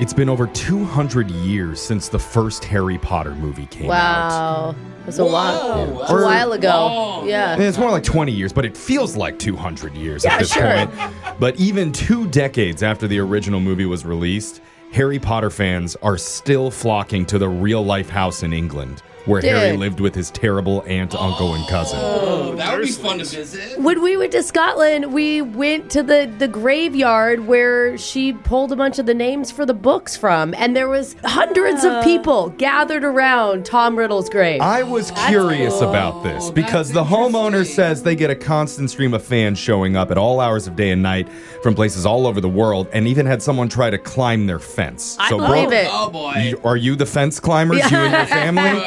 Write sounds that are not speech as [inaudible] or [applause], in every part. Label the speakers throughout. Speaker 1: It's been over 200 years since the first Harry Potter movie came out.
Speaker 2: Wow. That's a lot. That's a while ago.
Speaker 1: And
Speaker 2: Yeah.
Speaker 1: it's more like 20 years, but it feels like 200 years
Speaker 2: Yeah,
Speaker 1: at this
Speaker 2: sure.
Speaker 1: point. But even two decades after the original movie was released, Harry Potter fans are still flocking to the real life house in England where Harry
Speaker 2: Dude.
Speaker 1: lived with his terrible aunt, uncle, and cousin.
Speaker 3: Oh, that would be fun to visit.
Speaker 2: When we went to Scotland, we went to the, the graveyard where she pulled a bunch of the names for the books from, and there was hundreds of people gathered around Tom Riddle's grave.
Speaker 1: I was curious about this because the homeowner
Speaker 3: interesting.
Speaker 1: says they get a constant stream of fans showing up at all hours of day and night from places all over the world, and even had someone try to climb their fence.
Speaker 2: I believe it.
Speaker 3: Oh boy.
Speaker 1: [laughs] You, are you the fence climbers, you and your
Speaker 2: [laughs]
Speaker 1: family?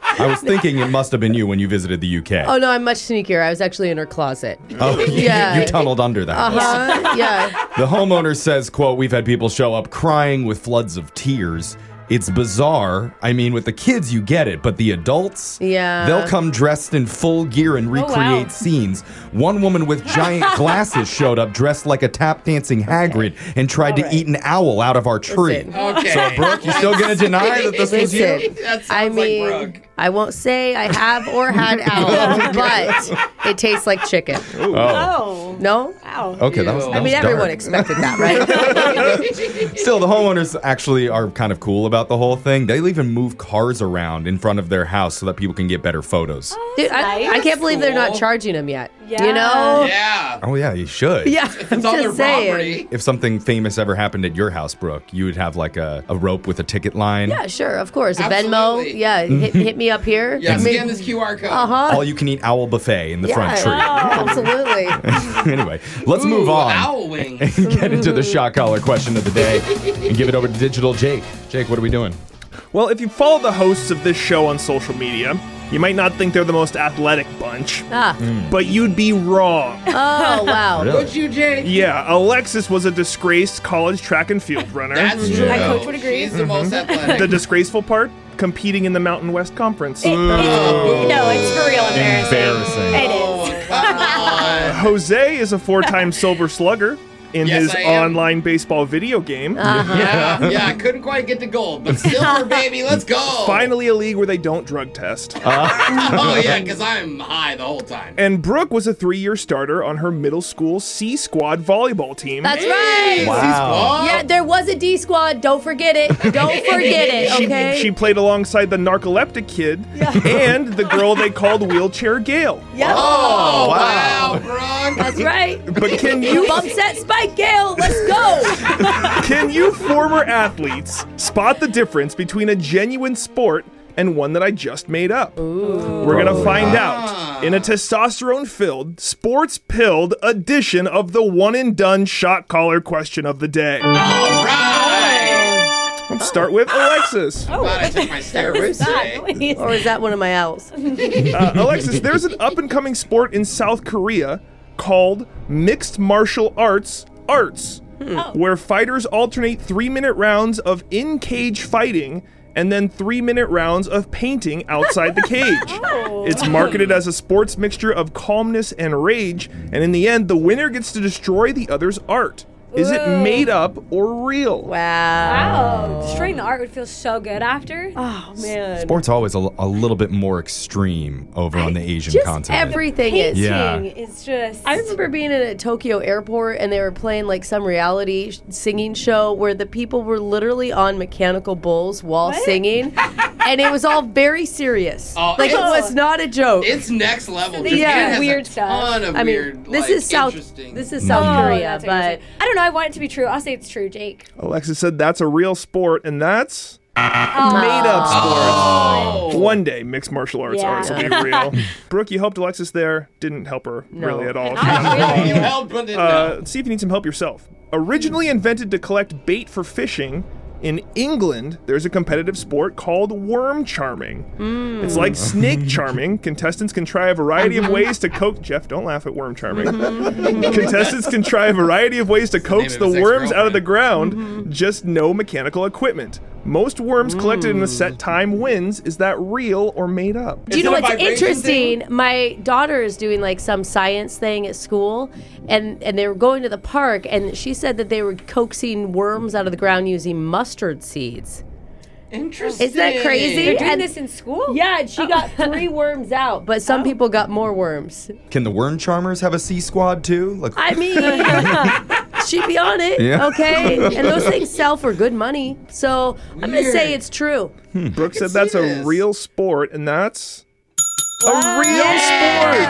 Speaker 1: I was thinking it must have been you when you visited the UK.
Speaker 2: oh no, I'm much sneakier. I was actually in her closet.
Speaker 1: Oh, [laughs] you-
Speaker 2: Yeah.
Speaker 1: you, tunneled under the house.
Speaker 2: Uh-huh.
Speaker 3: [laughs]
Speaker 2: yeah.
Speaker 1: The homeowner says, quote, we've had people show up crying with floods of tears. It's bizarre. I mean, with the kids, you get it, but the adults,
Speaker 2: Yeah. Oh,
Speaker 1: they'll come dressed in full gear and recreate scenes. One woman with giant
Speaker 2: [laughs]
Speaker 1: glasses showed up dressed like a tap dancing Hagrid and tried to eat an owl out of our tree.
Speaker 2: Listen.
Speaker 3: okay.
Speaker 1: So, Brooke, you still gonna deny that this was you?
Speaker 2: Listen,
Speaker 3: That sounds
Speaker 2: I
Speaker 3: like
Speaker 2: mean,
Speaker 3: Brooke.
Speaker 2: I won't say I have
Speaker 1: [laughs]
Speaker 2: or had owl, but it tastes like chicken.
Speaker 4: Oh.
Speaker 2: No?
Speaker 4: Wow.
Speaker 1: Okay, that was.
Speaker 3: Ew.
Speaker 1: That
Speaker 3: I
Speaker 2: I mean,
Speaker 1: was dark.
Speaker 2: everyone expected that, right?
Speaker 1: Still, the homeowners actually are kind of cool about the whole thing. They'll even move cars around in front of their house so that people can get better photos.
Speaker 2: Dude, I, I can't believe they're not
Speaker 3: cool.
Speaker 2: charging him yet. You
Speaker 4: Yeah.
Speaker 2: know?
Speaker 3: yeah.
Speaker 1: Oh, yeah, you should.
Speaker 2: [laughs] Yeah, I'm
Speaker 3: It's on their
Speaker 2: just saying.
Speaker 3: property.
Speaker 1: If something famous ever happened at your house, Brooke, you would have like a, a rope with a ticket line.
Speaker 2: Yeah, sure, of course. A Venmo.
Speaker 3: Absolutely.
Speaker 2: Yeah, hit, hit me up here.
Speaker 3: Yeah,
Speaker 2: I mean,
Speaker 3: scan this QR code.
Speaker 2: uh-huh.
Speaker 1: Mm-hmm. All you can eat owl buffet in the front
Speaker 2: Yeah, Oh.
Speaker 1: tree.
Speaker 2: Absolutely.
Speaker 1: [laughs] anyway, let's move
Speaker 3: Ooh,
Speaker 1: on
Speaker 3: Owl wing.
Speaker 1: and [laughs] get into the shot collar question of the day and give it over to Digital Jake. Jake, what are we doing?
Speaker 5: Well, if you follow the hosts of this show on social media, you might not think they're the most athletic bunch,
Speaker 2: Ah.
Speaker 5: but you'd
Speaker 3: [laughs]
Speaker 5: be wrong.
Speaker 2: Oh,
Speaker 1: [laughs]
Speaker 2: wow.
Speaker 3: Would you, Jake?
Speaker 5: yeah, Alexis was a disgraced college track
Speaker 3: [laughs]
Speaker 5: and field runner. Hmm.
Speaker 3: That's true.
Speaker 4: My coach would agree.
Speaker 3: She's the most
Speaker 1: Mm-hmm.
Speaker 3: athletic.
Speaker 5: the disgraceful part, competing in the Mountain West Conference.
Speaker 4: [laughs] No, it's for real embarrassing.
Speaker 1: Embarrassing.
Speaker 4: It is.
Speaker 3: Oh, come on.
Speaker 5: Hmm.
Speaker 1: [laughs]
Speaker 3: [laughs]
Speaker 5: Jose is a four-time Silver Slugger in
Speaker 3: Yes,
Speaker 5: his
Speaker 3: I am. Uh-huh.
Speaker 5: online baseball video game.
Speaker 3: Yeah, yeah, I couldn't quite get to gold, but silver, baby, let's go.
Speaker 5: Finally, a league where they don't drug test.
Speaker 3: Oh, yeah, because I'm high the whole time.
Speaker 5: and Brooke was a three-year starter on her middle school C squad volleyball team.
Speaker 2: That's right.
Speaker 1: Wow.
Speaker 3: Oh,
Speaker 2: Yeah, there was a D squad. Don't
Speaker 1: [laughs]
Speaker 2: forget it. Don't forget it,
Speaker 5: She-
Speaker 2: okay?
Speaker 5: She, played alongside the narcoleptic kid [laughs] and the girl they called Wheelchair Gail.
Speaker 3: Oh,
Speaker 1: wow.
Speaker 3: wow, Brock.
Speaker 2: That's right.
Speaker 5: But can you,
Speaker 2: You bumps that spike, Gail.
Speaker 1: [laughs]
Speaker 2: Let's go.
Speaker 5: can you former athletes spot the difference between a genuine sport and one that I just made up? We're gonna find out in a testosterone-filled, sports-pilled edition of the one and done shot caller question of the day.
Speaker 3: All right.
Speaker 5: Let's start with Alexis.
Speaker 3: Glad I took my steroids today.
Speaker 2: or is that one of my owls?
Speaker 5: Uh, [laughs] Alexis, there's an up and coming sport in South Korea called mixed martial arts arts, where fighters alternate three minute rounds of in cage fighting and then three minute rounds of painting outside the cage. It's marketed as a sports mixture of calmness and rage, and in the end, the winner gets to destroy the other's art. Is it made up or real?
Speaker 2: Wow.
Speaker 4: Wow. Destroying the art would feel so good after.
Speaker 2: Oh, man.
Speaker 1: Sport's always a, l- a little bit more extreme over on the Asian
Speaker 2: Just
Speaker 1: continent.
Speaker 2: everything is.
Speaker 1: Yeah.
Speaker 4: Painting is just.
Speaker 2: I remember being in a Tokyo airport and they were playing like some reality sh- singing show where the people were literally on mechanical bulls while singing, and it was all very serious.
Speaker 3: Oh,
Speaker 2: like it
Speaker 3: it's-
Speaker 2: was not a joke.
Speaker 3: It's next level.
Speaker 4: they
Speaker 3: Japan
Speaker 2: do
Speaker 3: has
Speaker 4: weird
Speaker 3: a
Speaker 4: stuff.
Speaker 3: ton of
Speaker 2: I mean,
Speaker 3: weird,
Speaker 2: this
Speaker 3: like,
Speaker 2: is South.
Speaker 3: interesting.
Speaker 2: This is South
Speaker 4: Oh,
Speaker 2: Korea,
Speaker 4: that's what you're
Speaker 2: but
Speaker 4: saying. I don't know. I want it to be true. I'll say it's true, Jake.
Speaker 5: Alexis said that's a real sport, and that's
Speaker 4: Ah.
Speaker 5: made up sport.
Speaker 4: [laughs]
Speaker 3: oh.
Speaker 5: One day, mixed martial arts
Speaker 4: Yeah.
Speaker 5: arts will be real. Brooke, you helped Alexis there. Didn't help her really at all. [laughs]
Speaker 3: You helped, but didn't
Speaker 5: Uh,
Speaker 3: help.
Speaker 5: let's see if you need some help yourself. Originally invented to collect bait for fishing, in England, there's a competitive sport called worm charming. It's like snake charming. Contestants can try a variety of ways to coax. [laughs] Jeff, don't laugh at worm charming. Contestants can try a variety of ways to coax
Speaker 3: of
Speaker 5: the
Speaker 3: his
Speaker 5: worms out of
Speaker 3: ex-girlfriend.
Speaker 5: the ground, just no mechanical equipment. Most worms collected in a set time wins. Is that real or made up?
Speaker 2: Do you
Speaker 3: Is
Speaker 2: know
Speaker 3: that a
Speaker 2: what's
Speaker 3: vibration
Speaker 2: interesting? My daughter is doing like some science thing at school, and and they were going to the park, and she said that they were coaxing worms out of the ground using mustard seeds.
Speaker 3: Interesting.
Speaker 2: crazy?
Speaker 4: They're doing
Speaker 2: And-
Speaker 4: this in school?
Speaker 2: Yeah, and she got three worms out, but some people got more worms.
Speaker 1: Can the worm charmers have a C squad too? Like,
Speaker 2: I mean, she'd be on it,
Speaker 1: Yeah.
Speaker 2: okay? And those things sell for good money, so I'm gonna say
Speaker 3: Weird.
Speaker 2: it's true.
Speaker 5: Brooke said
Speaker 3: see
Speaker 5: that's a
Speaker 3: this.
Speaker 5: real sport, and that's a real sport.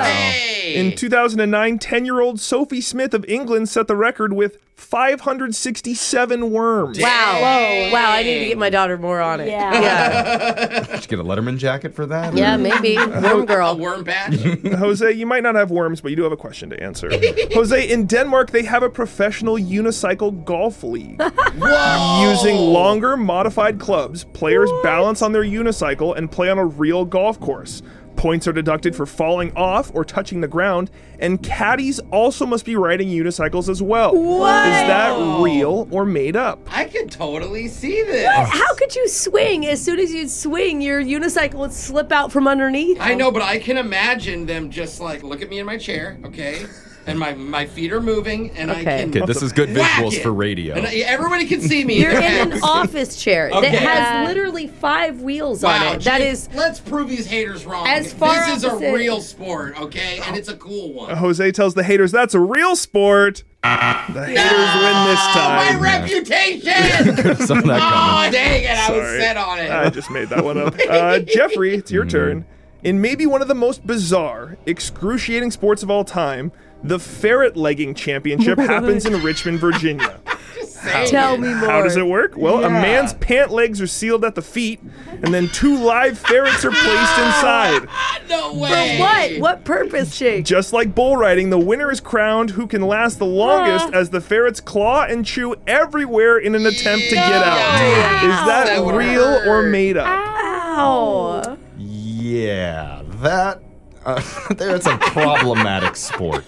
Speaker 5: In 2009, 10 year old Sophie Smith of England set the record with 567 worms.
Speaker 2: Wow, wow! I need to get my daughter more on it.
Speaker 4: Yeah.
Speaker 2: yeah,
Speaker 1: [laughs] did you get a Letterman jacket for that?
Speaker 2: Yeah, maybe worm
Speaker 3: A
Speaker 2: girl.
Speaker 1: [laughs]
Speaker 3: worm patch.
Speaker 5: Jose, you might not have worms, but you do have a question to answer. Jose, in Denmark, they have a professional unicycle golf league.
Speaker 3: Whoa.
Speaker 5: Using longer, modified clubs, players balance on their unicycle and play on a real golf course. Points are deducted for falling off or touching the ground, and caddies also must be riding unicycles as well. Is that real or made up?
Speaker 3: I could totally see this.
Speaker 2: How could you swing? As soon as you'd swing, your unicycle would slip out from underneath.
Speaker 3: I know, but I can imagine them just like look at me in my chair, okay, and my my feet are moving, and I
Speaker 2: Okay.
Speaker 3: can.
Speaker 1: Okay, this is good
Speaker 3: whack
Speaker 1: visuals
Speaker 3: it.
Speaker 1: for radio.
Speaker 3: And I- everybody can see me.
Speaker 2: You're in an office chair that
Speaker 3: Okay.
Speaker 2: has
Speaker 4: Yeah.
Speaker 2: literally five wheels
Speaker 3: Wow,
Speaker 2: on it. That
Speaker 3: gee,
Speaker 2: is
Speaker 3: Let's prove these haters wrong.
Speaker 2: As far
Speaker 3: this is a
Speaker 2: opposite-
Speaker 3: real sport, okay, and it's a cool one.
Speaker 5: Jose tells the haters that's a real sport. The haters win this
Speaker 3: My
Speaker 1: [laughs]
Speaker 5: time.
Speaker 3: reputation.
Speaker 1: Saw that coming.
Speaker 3: oh dang it! I was
Speaker 5: Sorry.
Speaker 3: set on it.
Speaker 5: I just made that
Speaker 3: [laughs]
Speaker 5: one up. Uh, Jeffrey, it's your turn. In maybe one of the most bizarre, excruciating sports of all time, the ferret legging
Speaker 3: [laughs]
Speaker 5: championship happens in Richmond, Virginia.
Speaker 3: Say
Speaker 2: tell
Speaker 3: it.
Speaker 2: me more.
Speaker 5: How does it work? Well,
Speaker 3: Yeah.
Speaker 5: a man's pant legs are sealed at the feet, and then two live ferrets are placed inside.
Speaker 3: No way.
Speaker 2: For what? What purpose, Shake?
Speaker 5: Just like bull riding, the winner is crowned who can last the longest as the ferrets claw and chew everywhere in an attempt to get out.
Speaker 3: Yeah.
Speaker 5: Is that,
Speaker 3: That would
Speaker 5: real or
Speaker 3: hurt.
Speaker 5: made up?
Speaker 2: Wow.
Speaker 1: Yeah, that uh, [laughs] that's a problematic sport
Speaker 2: [laughs]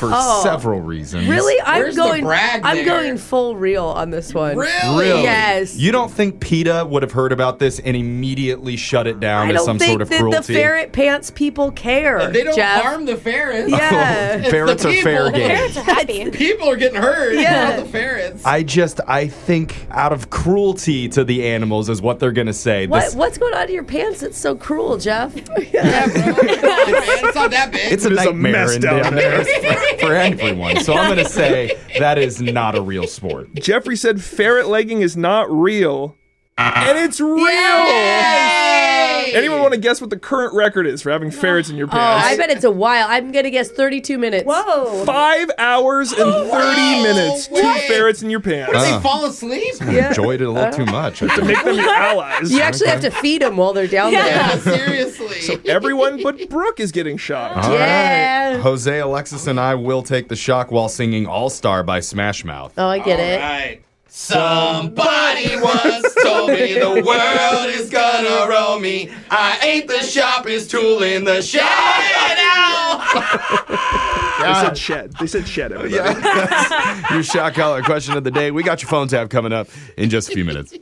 Speaker 1: for several reasons.
Speaker 2: Oh. Really? I'm
Speaker 3: Where's the
Speaker 2: going
Speaker 3: brag
Speaker 2: I'm
Speaker 3: there?
Speaker 2: going full real on this one.
Speaker 3: Really?
Speaker 1: Really?
Speaker 2: Yes.
Speaker 1: You don't think PETA would have heard about this and immediately shut it down
Speaker 2: I
Speaker 1: as
Speaker 2: don't
Speaker 1: some
Speaker 2: think
Speaker 1: sort of
Speaker 2: that
Speaker 1: cruelty?
Speaker 2: the
Speaker 1: [laughs]
Speaker 2: ferret pants people care.
Speaker 3: They don't
Speaker 2: Jeff. [laughs]
Speaker 3: harm the ferrets.
Speaker 2: Yeah.
Speaker 3: the
Speaker 1: Ferrets are fair
Speaker 3: people.
Speaker 1: game.
Speaker 4: Parents are happy.
Speaker 3: People are getting hurt.
Speaker 2: Yeah.
Speaker 3: Not the ferrets.
Speaker 1: I just I think out of cruelty to the animals is what they're gonna say.
Speaker 2: What,
Speaker 1: This-
Speaker 2: what's going on in your pants? It's so cruel,
Speaker 3: [laughs]
Speaker 2: Jeff. Oh,
Speaker 1: [laughs]
Speaker 3: it's not that big.
Speaker 1: it's a
Speaker 5: It is a
Speaker 1: nightmare
Speaker 5: mess
Speaker 1: in
Speaker 5: down
Speaker 1: down there for,
Speaker 2: [laughs]
Speaker 1: for everyone. So I'm gonna say that is not a real sport.
Speaker 5: Jeffrey said ferret legging is not real. And it's real! Anyone want to guess what the current record is for having ferrets in your
Speaker 2: Oh, I
Speaker 5: pants?
Speaker 2: bet it's a while. I'm gonna guess 32 minutes.
Speaker 4: Whoa.
Speaker 5: Five hours and
Speaker 2: Oh,
Speaker 5: 30 minutes. Two
Speaker 3: What?
Speaker 5: ferrets in your pants.
Speaker 3: Did
Speaker 1: Uh.
Speaker 3: they fall asleep?
Speaker 1: Enjoyed it a little too much.
Speaker 2: [laughs]
Speaker 1: I think.
Speaker 5: Make them your allies.
Speaker 2: You actually have to feed them while they're down
Speaker 3: Yeah,
Speaker 2: there.
Speaker 3: seriously.
Speaker 5: Everyone but Brooke is getting shot.
Speaker 2: Oh.
Speaker 1: All right.
Speaker 2: Yeah.
Speaker 1: Jose, Alexis, and I will take the shock while singing All Star by Smash Mouth. [laughs]
Speaker 2: Oh, I get it.
Speaker 3: Alright. Somebody once told me the world is gonna roll me. I ain't the sharpest tool in the shed. Ow!
Speaker 5: They said shed. They said shed, everybody.
Speaker 1: Your shock collar question of the day. We got your phone tab coming up in just a few minutes.